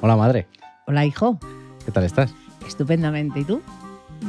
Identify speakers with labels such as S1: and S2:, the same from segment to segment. S1: Hola madre,
S2: Hola, hijo.
S1: ¿qué tal estás?
S2: Estupendamente. ¿Y tú?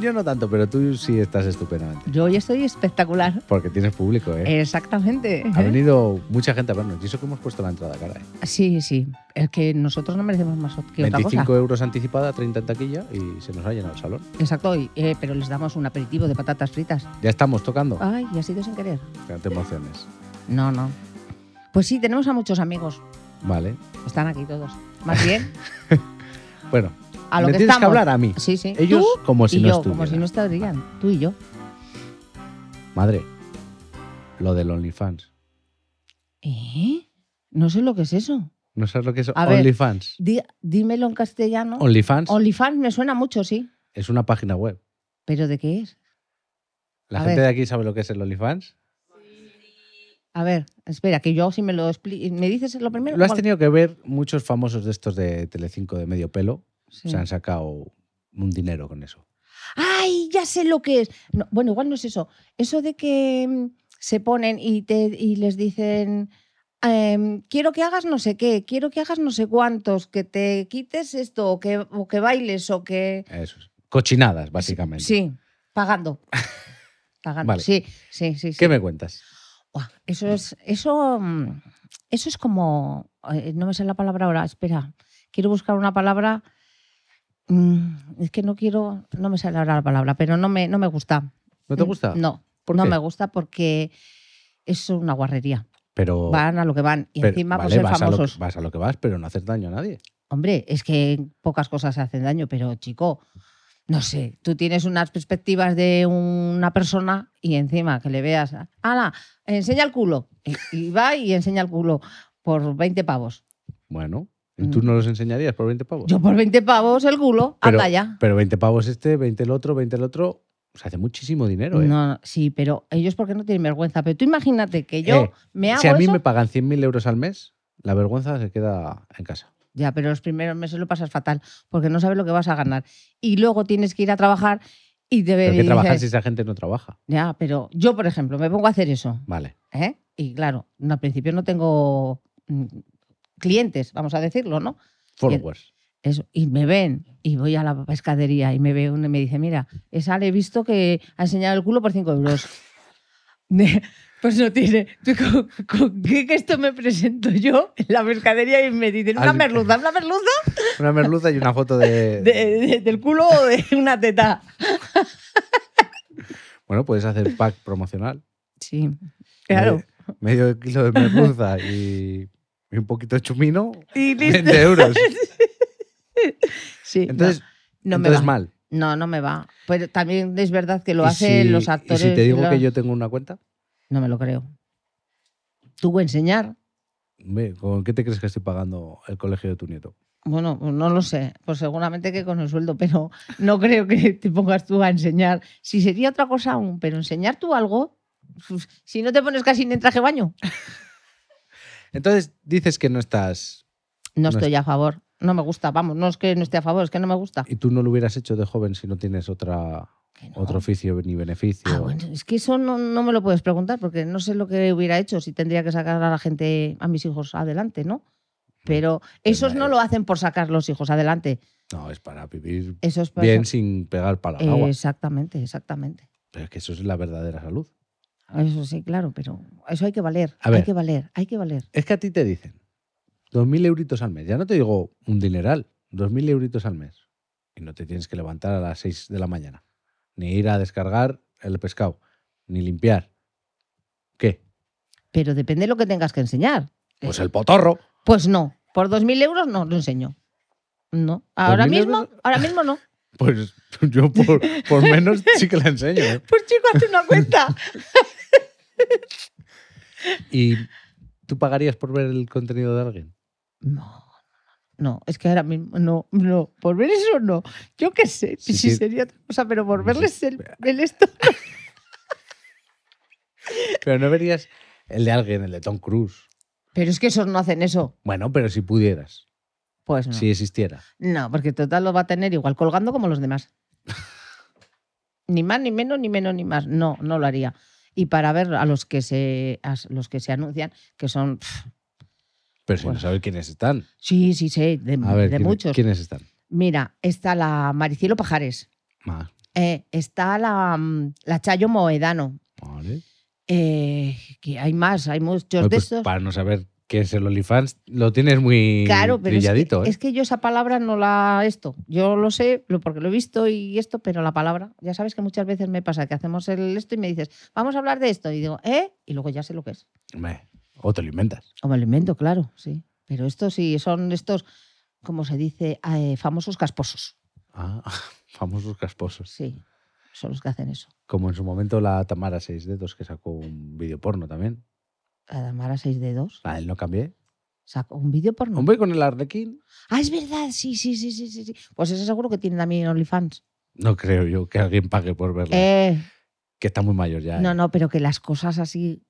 S1: Yo no tanto, pero tú sí estás estupendamente.
S2: Yo hoy estoy espectacular.
S1: Porque tienes público, ¿eh?
S2: Exactamente.
S1: Ha venido mucha gente a vernos y eso que hemos puesto la entrada cara. ¿eh?
S2: Sí, sí. Es que nosotros no merecemos más que otra
S1: 25
S2: cosa.
S1: euros anticipada, 30 en taquilla y se nos ha llenado el salón.
S2: Exacto. y, eh, pero les damos un aperitivo de patatas fritas.
S1: Ya estamos tocando.
S2: Ay, y ha sido sin querer.
S1: Ya Te emociones.
S2: No, no. Pues sí, tenemos a muchos amigos.
S1: Vale.
S2: Están aquí todos. Más bien,
S1: Bueno,
S2: a lo
S1: me
S2: que
S1: tienes
S2: estamos.
S1: que hablar a mí.
S2: Sí, sí.
S1: Ellos
S2: Tú
S1: como si
S2: y
S1: no
S2: yo,
S1: estuvieran.
S2: como si no estarían. Tú y yo.
S1: Madre, lo del OnlyFans.
S2: ¿Eh? No sé lo que es eso.
S1: ¿No sabes lo que es
S2: A ver.
S1: OnlyFans?
S2: Di- dímelo en castellano.
S1: OnlyFans
S2: OnlyFans me suena mucho, sí.
S1: es una página web.
S2: ¿Pero de qué es?
S1: ¿La
S2: A
S1: gente
S2: ver.
S1: de aquí sabe lo que es el OnlyFans?
S2: A ver, espera, que yo si me lo expli- ¿Me dices lo primero?
S1: Lo has
S2: ¿Cuál?
S1: tenido que ver muchos famosos de estos de Telecinco de medio pelo.
S2: Sí.
S1: Se han sacado un dinero con eso.
S2: ¡Ay, ya sé lo que es! No, bueno, igual no es eso. Eso de que mm, se ponen y, te, y les dicen, em, quiero que hagas no sé qué, quiero que hagas no sé cuántos, que te quites esto, o que, o que bailes, o que...
S1: Eso es. Cochinadas, básicamente.
S2: Sí, pagando. Pagando,
S1: Vale.
S2: sí, sí, sí. sí.
S1: ¿Qué me cuentas?
S2: Buah, Eso es, eso, mm, eso es como, eh, no me sé la palabra ahora, espera, quiero buscar una palabra, mm, es que no quiero, no me sale ahora la palabra, pero no me, no me gusta.
S1: ¿No te gusta?
S2: Mm, No,
S1: ¿Por
S2: no
S1: qué?
S2: me gusta porque es una guarrería,
S1: Pero,
S2: van a lo que van y
S1: Oh. pero-
S2: encima por
S1: vale,
S2: ser
S1: vas, a lo
S2: famosos.
S1: que, vas a lo que vas, pero no haces daño a nadie.
S2: Hombre, es que pocas cosas se hacen daño, pero chico, no sé, tú tienes unas perspectivas de una persona y encima que le veas, ala, enseña el culo. Y, y va y enseña el culo por 20 pavos.
S1: Bueno, ¿y tú
S2: Mm.
S1: no los enseñarías por 20 pavos?
S2: Yo por 20 pavos el culo,
S1: pero,
S2: anda ya.
S1: Pero 20 pavos este, 20 el otro, 20 el otro. Se hace muchísimo dinero, ¿eh?
S2: No, no, sí, pero ellos porque no tienen vergüenza. Pero tú imagínate que yo
S1: Eh,
S2: me hago
S1: si a mí
S2: eso.
S1: me pagan 100.000 euros al mes, la vergüenza se queda en casa.
S2: Ya, pero los primeros meses lo pasas fatal porque no sabes lo que vas a ganar. Y luego tienes que ir a trabajar y te
S1: ¿Pero
S2: y
S1: qué trabajar
S2: dices,
S1: si esa gente no trabaja?
S2: Ya, pero yo, por ejemplo, me pongo a hacer eso.
S1: Vale.
S2: ¿eh? Y claro, no, al principio no tengo mm, clientes, vamos a decirlo, ¿no?
S1: Followers.
S2: Eso, y me ven y voy a la pescadería y me ve uno y me dice, mira, esa le he visto que ha enseñado el culo por 5 euros. pues no tiene. ¿tú ¿Con, con qué que esto me presento yo en la pescadería y me dicen, una
S1: Al-
S2: merluza, una merluza
S1: Una merluza y una foto de...
S2: de- de- del culo o de una teta?
S1: Bueno, puedes hacer pack promocional.
S2: Sí, claro.
S1: Medio, medio kilo de merluza y, y un poquito de chumino,
S2: Y listo.
S1: 20 euros.
S2: Sí, no,
S1: Entonces,
S2: no me
S1: entonces
S2: va.
S1: mal.
S2: No, no me va. Pero también es verdad que lo
S1: Y
S2: hacen
S1: si-
S2: los actores.
S1: Y si te digo
S2: los-
S1: que yo tengo una cuenta,
S2: No me lo creo. Tuvo enseñar.
S1: hombre, ¿con qué te crees que estoy pagando el colegio de tu nieto?
S2: Bueno, pues no lo sé. Pues seguramente que con el sueldo, pero no creo que te pongas tú a enseñar. Si sería otra cosa aún, pero enseñar tú algo, pues, si no te pones casi ni en traje de baño.
S1: Entonces dices que no estás.
S2: No
S1: No
S2: estoy a favor. No me gusta. Vamos, no es que no esté a favor, es que no me gusta.
S1: Y tú no lo hubieras hecho de joven si no tienes otra,
S2: Que no.
S1: otro oficio ni beneficio.
S2: Ah, bueno, es que eso no, no me lo puedes preguntar porque no sé lo que hubiera hecho si tendría que sacar a la gente, a mis hijos adelante, ¿no? Pero
S1: Pues
S2: esos no lo hacen por sacar los hijos adelante.
S1: No, es para vivir
S2: Esos por
S1: bien
S2: eso-
S1: sin pegar para
S2: Eh,
S1: el agua.
S2: Exactamente, exactamente.
S1: Pero es que eso es la verdadera salud.
S2: Eso sí, claro, pero eso hay que valer.
S1: Ah. A ver.
S2: Hay que valer, hay que valer.
S1: Es que a ti te dicen 2.000 euritos al mes. Ya no te digo un dineral, 2.000 euritos al mes. Y no te tienes que levantar a las 6 de la mañana. Ni ir a descargar el pescado, ni limpiar. ¿Qué?
S2: Pero depende de lo que tengas que enseñar.
S1: Pues
S2: Eh,
S1: el potorro.
S2: pues no, por 2.000 euros no lo enseño. No, ahora
S1: 2.000
S2: mismo,
S1: euros?
S2: ahora mismo no.
S1: Pues yo por, por menos sí que la enseño. ¿eh?
S2: Pues chico, hazte una cuenta.
S1: ¿Y tú pagarías por ver el contenido de alguien?
S2: No, no, es que ahora mismo no, no, por ver eso no. Yo qué sé,
S1: Sí,
S2: si
S1: sí.
S2: sería otra cosa, pero por
S1: Sí,
S2: verles
S1: sí.
S2: el, el esto.
S1: Pero no verías el de alguien, el de Tom Cruise.
S2: Pero es que esos no hacen eso.
S1: Bueno, pero si pudieras,
S2: Pues no.
S1: si existiera.
S2: No, porque total lo va a tener igual colgando como los demás. ni más, ni menos, ni menos, ni más. No, no lo haría. Y para ver a los que se, a los que se anuncian, que son pff,
S1: Pero sin
S2: Bueno.
S1: saber quiénes están.
S2: Sí, sí, sé, de,
S1: A ver,
S2: de
S1: ¿quién-
S2: muchos.
S1: ¿quiénes están?
S2: Mira, está la Maricielo Pajares,
S1: Ah,
S2: eh, está la, mm, la Chayo Moedano,
S1: vale.
S2: eh, que hay más, hay muchos
S1: Oye,
S2: de
S1: pues,
S2: estos.
S1: Para no saber qué es el OnlyFans, lo tienes muy
S2: Claro, pero es que-
S1: brilladito.
S2: es, que,
S1: ¿eh?
S2: yo esa palabra no la esto. Yo lo sé lo- porque lo he visto y esto, pero la palabra, ya sabes que muchas veces me pasa que hacemos el esto y me dices, vamos a hablar de esto. Y digo, ¿eh? Y luego ya sé lo que es.
S1: Hombre, O te lo inventas.
S2: O me lo invento, claro, sí. Pero estos sí son estos, como se dice, eh, famosos casposos.
S1: Ah, famosos casposos.
S2: Sí, son los que hacen eso.
S1: Como en su momento la Tamara Seis Dedos, que sacó un vídeo porno también.
S2: Adamara 6 de 2
S1: La él no cambié.
S2: sacó un vídeo porno.
S1: Hombre, Mm. con el arlequín.
S2: Ah, es verdad, sí, sí, sí, sí, sí. sí. Pues eso seguro que tiene también OnlyFans.
S1: No creo yo que alguien pague por verla.
S2: Eh,
S1: que está muy mayor ya.
S2: no,
S1: ¿eh?
S2: no, pero que las cosas así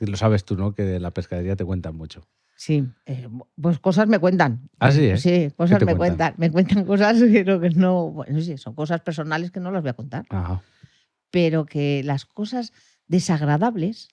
S1: Lo sabes tú, ¿no? Que de la pescadería te cuentan mucho.
S2: Sí, eh, pues cosas me cuentan.
S1: Ah, sí, ¿eh?
S2: Sí, cosas
S1: te
S2: me
S1: cuentan?
S2: cuentan. Me cuentan cosas, pero que no. Bueno, sí, son cosas personales que no las voy a contar.
S1: Ajá.
S2: Pero que las cosas desagradables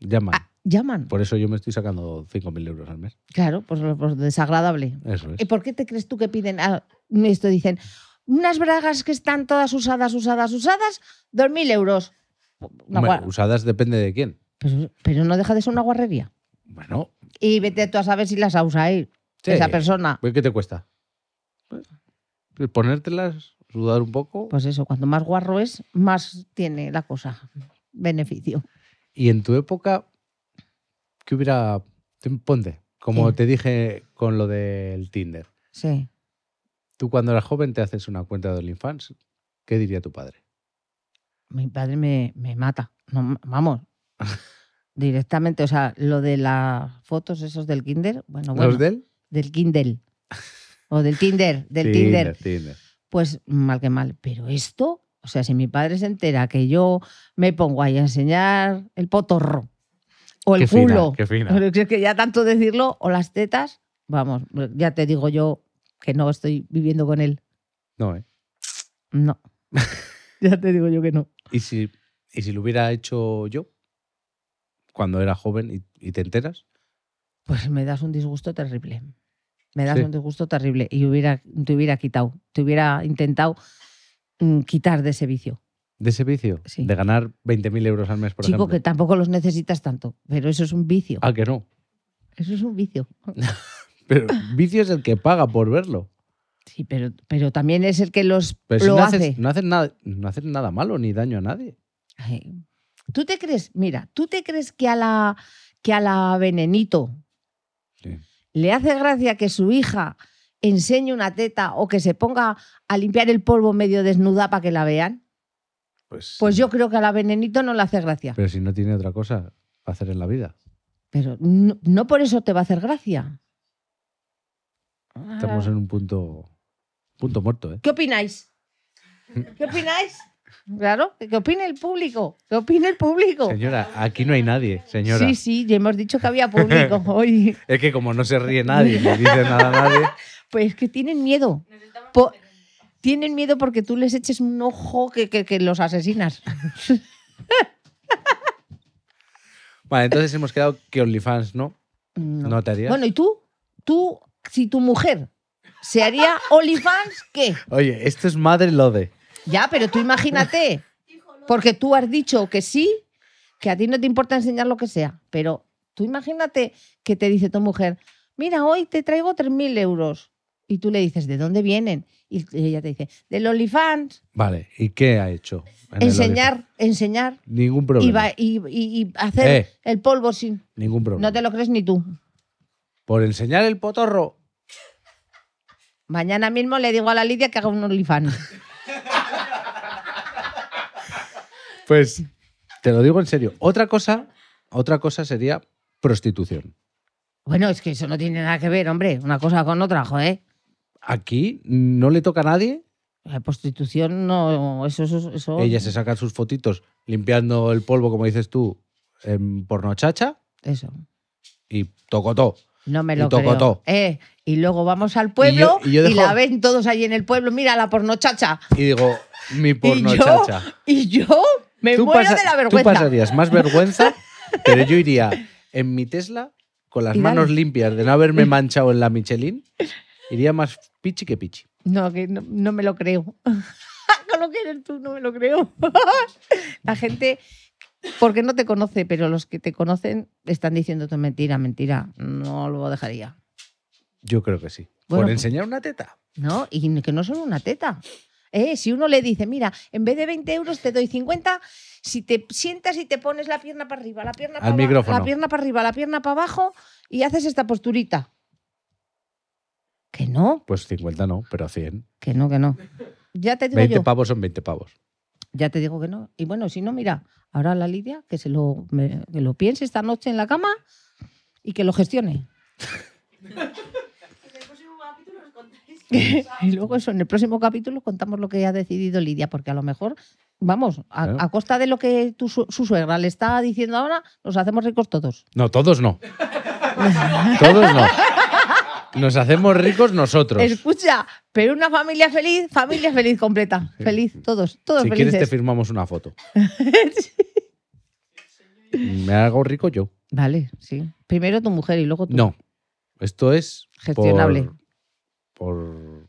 S1: Llama.
S2: ah, llaman.
S1: Por eso yo me estoy sacando 5.000 euros al mes.
S2: Claro, pues lo pues desagradable.
S1: Eso es.
S2: ¿Y por qué te crees tú que piden ah, esto? Dicen, unas bragas que están todas usadas, usadas, usadas, 2.000 euros. Una
S1: Hombre,
S2: gua-
S1: usadas depende de quién.
S2: pero, pero no deja de ser una guarrería.
S1: Bueno,
S2: Y vete tú a saber si las usa ahí,
S1: sí.
S2: esa persona.
S1: Pues, ¿qué te cuesta? Pues, Ponértelas, sudar un poco.
S2: Pues eso, cuanto más guarro es, más tiene la cosa. Beneficio.
S1: Y en tu época, ¿qué hubiera. Te- Ponte, como
S2: ¿Qué?
S1: te dije con lo del Tinder.
S2: Sí.
S1: Tú cuando eras joven te haces una cuenta de OnlyFans. ¿Qué diría tu padre?
S2: Mi padre me, me mata. No, vamos. Directamente, o sea, lo de las fotos esos del Kinder, bueno, Ah, bueno,
S1: ¿Los de él?
S2: del Kindle. O del Tinder, del Tinder.
S1: Tinder.
S2: Pues mal que mal. Pero esto, o sea, si mi padre se entera que yo me pongo ahí a enseñar el potorro o el
S1: Qué fina,
S2: culo.
S1: qué fina.
S2: Pero es que ya tanto decirlo, o las tetas, vamos, ya te digo yo que no estoy viviendo con él.
S1: No, ¿eh?
S2: No. ya te digo yo que no.
S1: ¿Y si, y si lo hubiera hecho yo? Cuando era joven y, y te enteras.
S2: Pues me das un disgusto terrible. Me das
S1: Sí.
S2: un disgusto terrible y hubiera, te hubiera quitado, te hubiera intentado mm, quitar de ese vicio.
S1: De ese vicio.
S2: Sí.
S1: De ganar 20.000 euros al mes, por
S2: Chico,
S1: ejemplo.
S2: que tampoco los necesitas tanto, pero eso es un vicio.
S1: Ah, que no.
S2: Eso es un vicio.
S1: Pero vicio es el que paga por verlo.
S2: Sí, pero, pero también es el que los
S1: Pero si
S2: lo
S1: no,
S2: hace.
S1: haces, no, haces nada, no haces nada malo ni daño a nadie.
S2: Ay, ¿Tú te crees, mira, tú te crees que a la, que a la venenito
S1: Sí.
S2: le hace gracia que su hija enseñe una teta o que se ponga a limpiar el polvo medio desnuda para que la vean?
S1: Pues,
S2: Pues yo creo que a la venenito no le hace gracia.
S1: Pero si no tiene otra cosa para hacer en la vida.
S2: Pero no, no por eso te va a hacer gracia.
S1: Estamos en un punto, punto muerto, ¿eh?
S2: ¿Qué opináis? ¿Qué opináis? Claro, ¿qué opina el público? ¿Qué opina el público?
S1: Señora, aquí no hay nadie, señora.
S2: Oh. Sí, sí, ya hemos dicho que había público hoy.
S1: Es que como no se ríe nadie, ni dice nada a nadie.
S2: Pues es que tienen miedo. Po- tienen miedo porque tú les eches un ojo que, que- que los asesinas.
S1: Vale, entonces hemos quedado que OnlyFans no.
S2: No.
S1: ¿No te harías?
S2: Bueno, ¿y tú? Tú, si tu mujer se haría OnlyFans, ¿qué?
S1: Oye, esto es madre lo de.
S2: Ya, pero tú imagínate. Porque tú has dicho que sí, que a ti no te importa enseñar lo que sea. Pero tú imagínate que te dice tu mujer, mira, hoy te traigo 3.000 euros. Y tú le dices, ¿de dónde vienen? Y ella te dice, del OnlyFans,
S1: Vale, ¿y qué ha hecho? en el OnlyFans?
S2: enseñar, enseñar.
S1: Ningún
S2: Y,
S1: problema.
S2: va- y- y- y hacer
S1: Eh.
S2: el polvo sin...
S1: Ningún problema.
S2: No te lo crees ni tú.
S1: Por enseñar el potorro.
S2: Mañana mismo le digo a la Lidia que haga un OnlyFans.
S1: Pues te lo digo en serio. Otra cosa, otra cosa sería prostitución.
S2: Bueno, es que eso no tiene nada que ver, hombre. Una cosa con otra, joder.
S1: Aquí no le toca a nadie.
S2: La prostitución no... Eso, eso, eso-
S1: Ellas se sacan sus fotitos limpiando el polvo, como dices tú, en pornochacha
S2: Eso.
S1: y tocotó.
S2: No me lo
S1: Y tocotó.
S2: creo. Eh, y luego vamos al pueblo
S1: Y yo-
S2: y,
S1: y yo dejo-
S2: la ven todos allí en el pueblo. Mira la pornochacha.
S1: Y digo, mi
S2: y yo,
S1: pornochacha.
S2: y yo me
S1: Tú
S2: muero
S1: pasa-
S2: de la
S1: Tú
S2: vergüenza.
S1: pasarías más vergüenza, pero yo iría en mi Tesla con las
S2: Y dale.
S1: manos limpias de no haberme manchado en la Michelin, iría más pichi que pichi.
S2: No, que no, no me lo creo. Con lo que eres tú, no me lo creo. la gente, porque no te conoce, pero los que te conocen están diciéndote mentira, mentira. No lo dejaría.
S1: Yo creo que sí. ¿Por
S2: Bueno, pues-
S1: enseñar una teta?
S2: ¿No? Y que no son una teta. Eh, si uno le dice, mira, en vez de 20 euros te doy 50, si te sientas y te pones la pierna para arriba, la pierna
S1: Al
S2: para abajo,
S1: micrófono.
S2: la pierna para arriba, la pierna para abajo y haces esta posturita. Que no,
S1: Pues 50 no, pero 100.
S2: que no, que no. Ya te digo
S1: 20
S2: yo.
S1: pavos son 20 pavos.
S2: Ya te digo que no. Y bueno, si no, mira, ahora la Lidia, que se lo, me- que lo piense esta noche en la cama y que lo gestione. y luego eso, en el próximo capítulo contamos lo que ha decidido Lidia, porque a lo mejor, vamos, a,
S1: Claro.
S2: a costa de lo que tu su, su suegra le está diciendo ahora, nos hacemos ricos todos.
S1: No, todos no. todos no. Nos hacemos ricos nosotros.
S2: Escucha, pero una familia feliz, familia feliz completa.
S1: Sí.
S2: Feliz, todos, todos
S1: si
S2: felices.
S1: quieres te firmamos una foto. Me hago rico yo.
S2: Vale, sí. Primero tu mujer y luego tú.
S1: No. Esto es por-
S2: Gestionable.
S1: Por,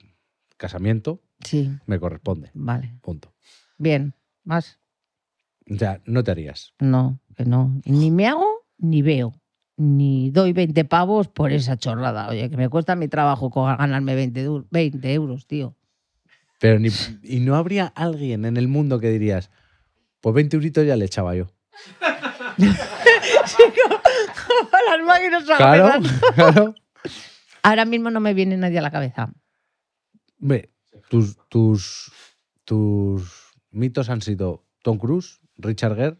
S1: casamiento
S2: Sí,
S1: me corresponde.
S2: vale.
S1: Punto.
S2: Bien, más.
S1: O sea, no te harías.
S2: No, que no. Ni me hago ni veo. Ni doy 20 pavos por esa chorrada. Oye, que me cuesta mi trabajo co- ganarme 20, du- 20 euros, tío.
S1: Pero ni, y no habría alguien en el mundo que dirías, pues 20 euritos ya le echaba yo.
S2: Las máquinas
S1: Claro, claro.
S2: Ahora mismo no me viene nadie a la cabeza.
S1: Hombre, tus, tus, tus mitos han sido Tom Cruise, Richard Gere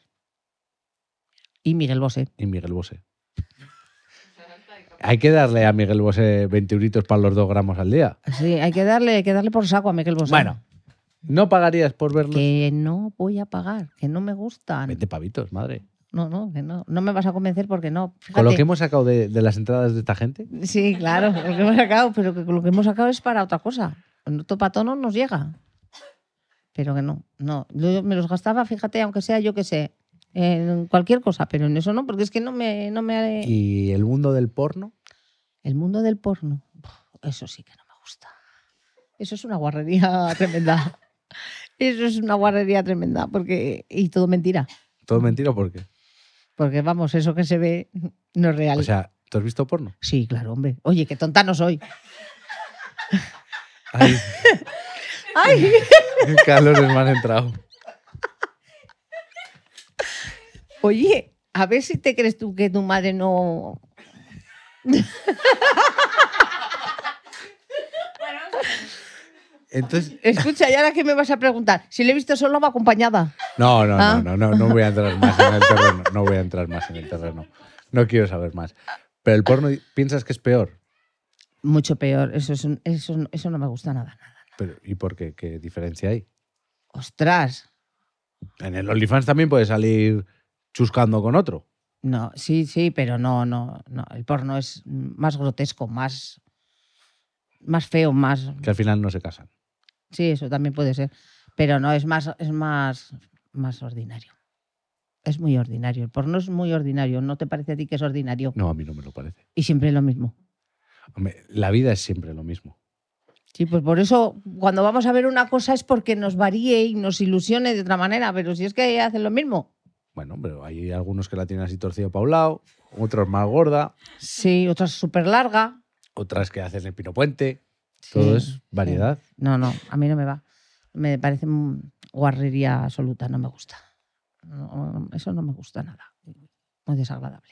S2: Y Miguel Bosé.
S1: y Miguel Bosé. Hay que darle a Miguel Bosé 20 euritos para los dos gramos al día.
S2: Sí, hay que darle, hay que darle por saco a Miguel Bosé.
S1: Bueno, ¿no pagarías por verlos?
S2: Que no voy a pagar, que no me gustan.
S1: 20 pavitos, madre.
S2: No, no, que no. No me vas a convencer porque no. Fíjate.
S1: Con lo que hemos sacado de, de las entradas de esta gente,
S2: Sí, claro, lo que hemos sacado, pero que lo que hemos sacado es para otra cosa. En otro pato no nos llega. Pero que no, no. Yo me los gastaba, fíjate, aunque sea yo que sé, en cualquier cosa, pero en eso no, porque es que no me. No me
S1: y el mundo del porno,
S2: El mundo del porno, puf, eso sí que no me gusta. Eso es una guarrería tremenda. Eso es una guarrería tremenda, porque. Y todo mentira.
S1: todo mentira porque.
S2: Porque vamos, eso que se ve no es real.
S1: O sea, ¿tú has visto porno?
S2: sí, claro, hombre. Oye, qué tonta no soy.
S1: Ay,
S2: ¡Ay!
S1: qué calores me han entrado.
S2: Oye, a ver si te crees tú que tu madre no.
S1: Entonces,
S2: Escucha, ¿y ahora qué me vas a preguntar? Si le he visto solo va acompañada.
S1: No, no,
S2: Ah.
S1: no, no, no, no voy a entrar más en el terreno. No voy a entrar más en el terreno. No quiero saber más. Pero el porno piensas que es peor.
S2: Mucho peor, eso, es un- eso, no- eso no me gusta nada, nada.
S1: Pero, ¿Y por qué? ¿Qué diferencia hay?
S2: Ostras,
S1: En el OnlyFans también puedes salir chuscando con otro.
S2: no, sí, sí, pero no, no, no. El porno es más grotesco, más, más feo, más.
S1: Que al final no se casan.
S2: Sí, eso también puede ser. Pero no, es más, es más, más ordinario. Es muy ordinario. El porno es muy ordinario. ¿No te parece a ti que es ordinario?
S1: No, a mí no me lo parece.
S2: Y siempre lo mismo.
S1: Hombre, la vida es siempre lo mismo.
S2: Sí, pues por eso cuando vamos a ver una cosa es porque nos varíe y nos ilusione de otra manera, pero si es que hacen lo mismo.
S1: Bueno, pero hay algunos que la tienen así torcida para un lado, otros más gorda,
S2: Sí, otra es súper larga.
S1: otras que hacen el pino puente.
S2: Mm,
S1: Todo es variedad.
S2: No, no, a mí no me va. Me parece un guarrería absoluta, no me gusta. No, eso no me gusta nada. Muy desagradable.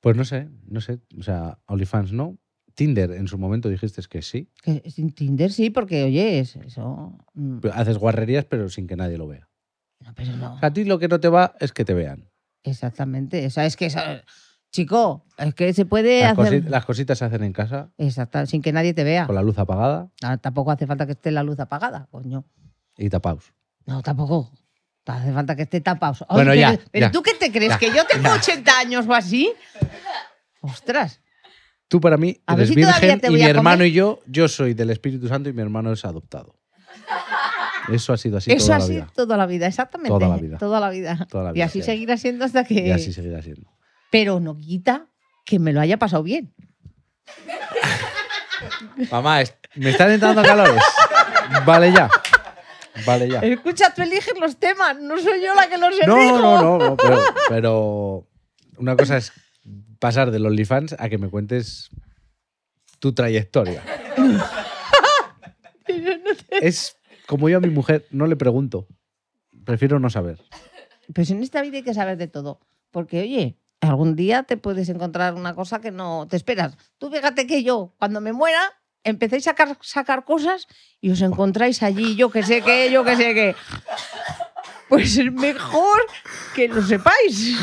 S1: Pues no sé, no sé. O sea, OnlyFans no. Tinder en su momento dijiste que sí.
S2: Que sin Tinder sí, porque oye, es eso. mm,
S1: Pero Haces guarrerías pero sin que nadie lo vea.
S2: No, pero no.
S1: O sea, a ti lo que no te va es que te vean.
S2: Exactamente. O sea, es que, esa- chico, es que se puede
S1: Las,
S2: hacer.
S1: cosi- las cositas se hacen en casa,
S2: Exacta- sin que nadie te vea.
S1: con la luz apagada
S2: Ah, Tampoco hace falta que esté la luz apagada, coño.
S1: y tapados.
S2: No, tampoco. Hace falta que esté tapado. Ay,
S1: Bueno,
S2: pero,
S1: ya,
S2: ¿pero
S1: ya.
S2: tú qué te crees?
S1: Ya,
S2: ¿Que yo tengo
S1: ya.
S2: 80 años o así? Ostras.
S1: Tú para mí
S2: A ver
S1: eres
S2: si todavía
S1: virgen
S2: te
S1: y
S2: voy
S1: mi
S2: a
S1: hermano
S2: comer.
S1: y yo, yo soy del Espíritu Santo y mi hermano es adoptado. Eso ha sido así
S2: Eso
S1: toda
S2: ha
S1: la
S2: sido
S1: vida.
S2: toda la vida, exactamente.
S1: Toda la vida.
S2: Toda la vida.
S1: Toda la
S2: y
S1: vida
S2: así
S1: que hay.
S2: seguirá siendo hasta que.
S1: Y así seguirá siendo.
S2: pero no quita que me lo haya pasado bien.
S1: Mamá, es- me están entrando calores. Vale ya. Vale ya.
S2: Escucha, tú eliges los temas, no soy yo la que los elijo.
S1: No, no, no, no, pero, pero una cosa es pasar del OnlyFans a que me cuentes tu trayectoria. Es como yo a mi mujer no le pregunto. Prefiero no saber.
S2: Pues en esta vida hay que saber de todo. Porque, oye, algún día te puedes encontrar una cosa que no te esperas. Tú fíjate que yo, cuando me muera, empecéis a sacar, sacar cosas y os encontráis allí, yo que sé qué, yo que sé qué. Pues es mejor que lo sepáis.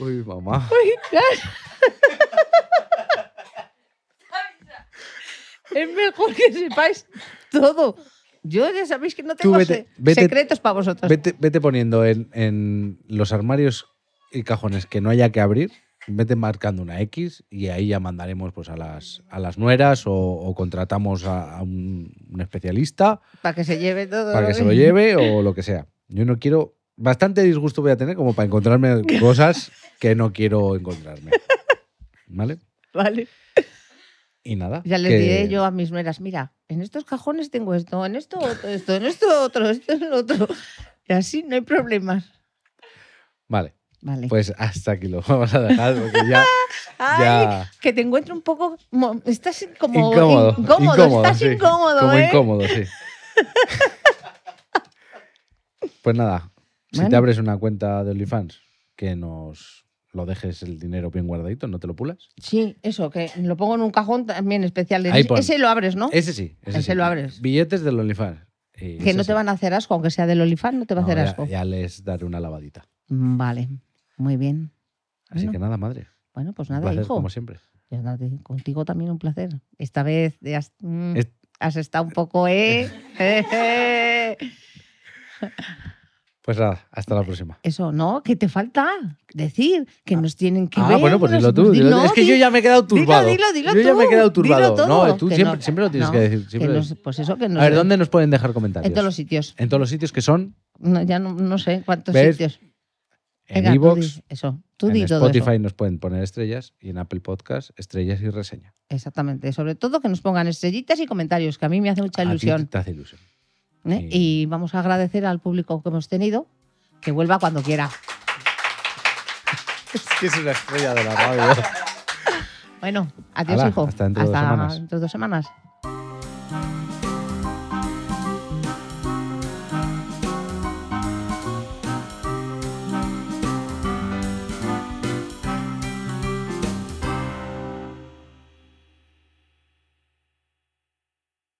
S1: Uy, mamá.
S2: Es mejor que sepáis todo. Yo ya sabéis que no tengo
S1: vete-
S2: se-
S1: vete-
S2: secretos para vosotros.
S1: Vete, vete poniendo en, en los armarios y cajones que no haya que abrir, vete marcando una X y ahí ya mandaremos pues, a, las, a las nueras o, o contratamos a, a un, un especialista
S2: Para que se lleve todo.
S1: para que se lo lleve o lo que sea. Yo no quiero... Bastante disgusto voy a tener como para encontrarme cosas que no quiero encontrarme. ¿Vale?
S2: Vale.
S1: Y nada.
S2: Ya les
S1: que-
S2: diré yo a mis nueras, mira, en estos cajones tengo esto, en esto otro, esto, en esto otro, esto en lo otro. Y así no hay problemas.
S1: Vale,
S2: Vale.
S1: pues hasta aquí lo vamos a dejar porque ya...
S2: Ay,
S1: ya...
S2: que te encuentro un poco... mo- Estás como
S1: incómodo.
S2: incómodo, estás
S1: sí.
S2: incómodo,
S1: Como
S2: ¿eh?
S1: incómodo, sí. pues nada, si te
S2: Bueno.
S1: abres una cuenta de OnlyFans, que nos lo dejes el dinero bien guardadito, no te lo pulas.
S2: Sí, eso, que lo pongo en un cajón también especial.
S1: Ahí Eh, pon.
S2: Ese lo abres, ¿no?
S1: Ese sí. Ese,
S2: Ese
S1: sí.
S2: lo abres.
S1: Billetes del OnlyFans.
S2: que no te van a hacer asco, aunque sea del olifán, no te va a hacer asco.
S1: Ya, les daré una lavadita.
S2: Mm, Vale, muy bien.
S1: Así
S2: Bueno.
S1: que nada, madre.
S2: Bueno, Ah, pues
S1: Un
S2: nada,
S1: placer,
S2: hijo.
S1: como siempre.
S2: Ya nada, te- Contigo también un placer. Esta vez te has, mm,
S1: Es-
S2: has estado un poco, ¿eh?
S1: Pues nada, hasta la próxima.
S2: Eso, ¿no? ¿Qué te falta? Decir que nos tienen que
S1: ah,
S2: ver.
S1: bueno, pues
S2: nos-
S1: dilo tú. dilo-
S2: dilo,
S1: es que
S2: di-
S1: yo ya me he quedado
S2: dilo,
S1: turbado.
S2: dilo, dilo
S1: yo ya
S2: tú,
S1: me he quedado
S2: dilo
S1: turbado. No, eh,
S2: todo.
S1: tú
S2: Que
S1: siempre,
S2: no-
S1: siempre lo tienes
S2: no,
S1: que decir.
S2: que
S1: siempre-
S2: nos- pues eso, que nos
S1: A ver,
S2: den.
S1: ¿dónde nos pueden dejar comentarios?
S2: En todos los sitios.
S1: En todos los sitios que son
S2: No, ya no, no sé cuántos
S1: ¿Ves?
S2: sitios.
S1: en
S2: Venga, tú
S1: iVoox,
S2: di Eso, tú
S1: en
S2: di todo
S1: Spotify
S2: eso.
S1: nos pueden poner estrellas y en Apple Podcast estrellas y reseña.
S2: Exactamente. Sobre todo que nos pongan estrellitas y comentarios, que a mí me hace mucha
S1: A ti
S2: ilusión.
S1: Te hace ilusión.
S2: ¿eh?
S1: Sí.
S2: Y vamos a agradecer al público que hemos tenido que vuelva cuando quiera.
S1: Es una estrella de la radio.
S2: Bueno, adiós,
S1: Hala,
S2: hijo.
S1: hasta dentro de dos semanas.
S2: dentro de dos semanas.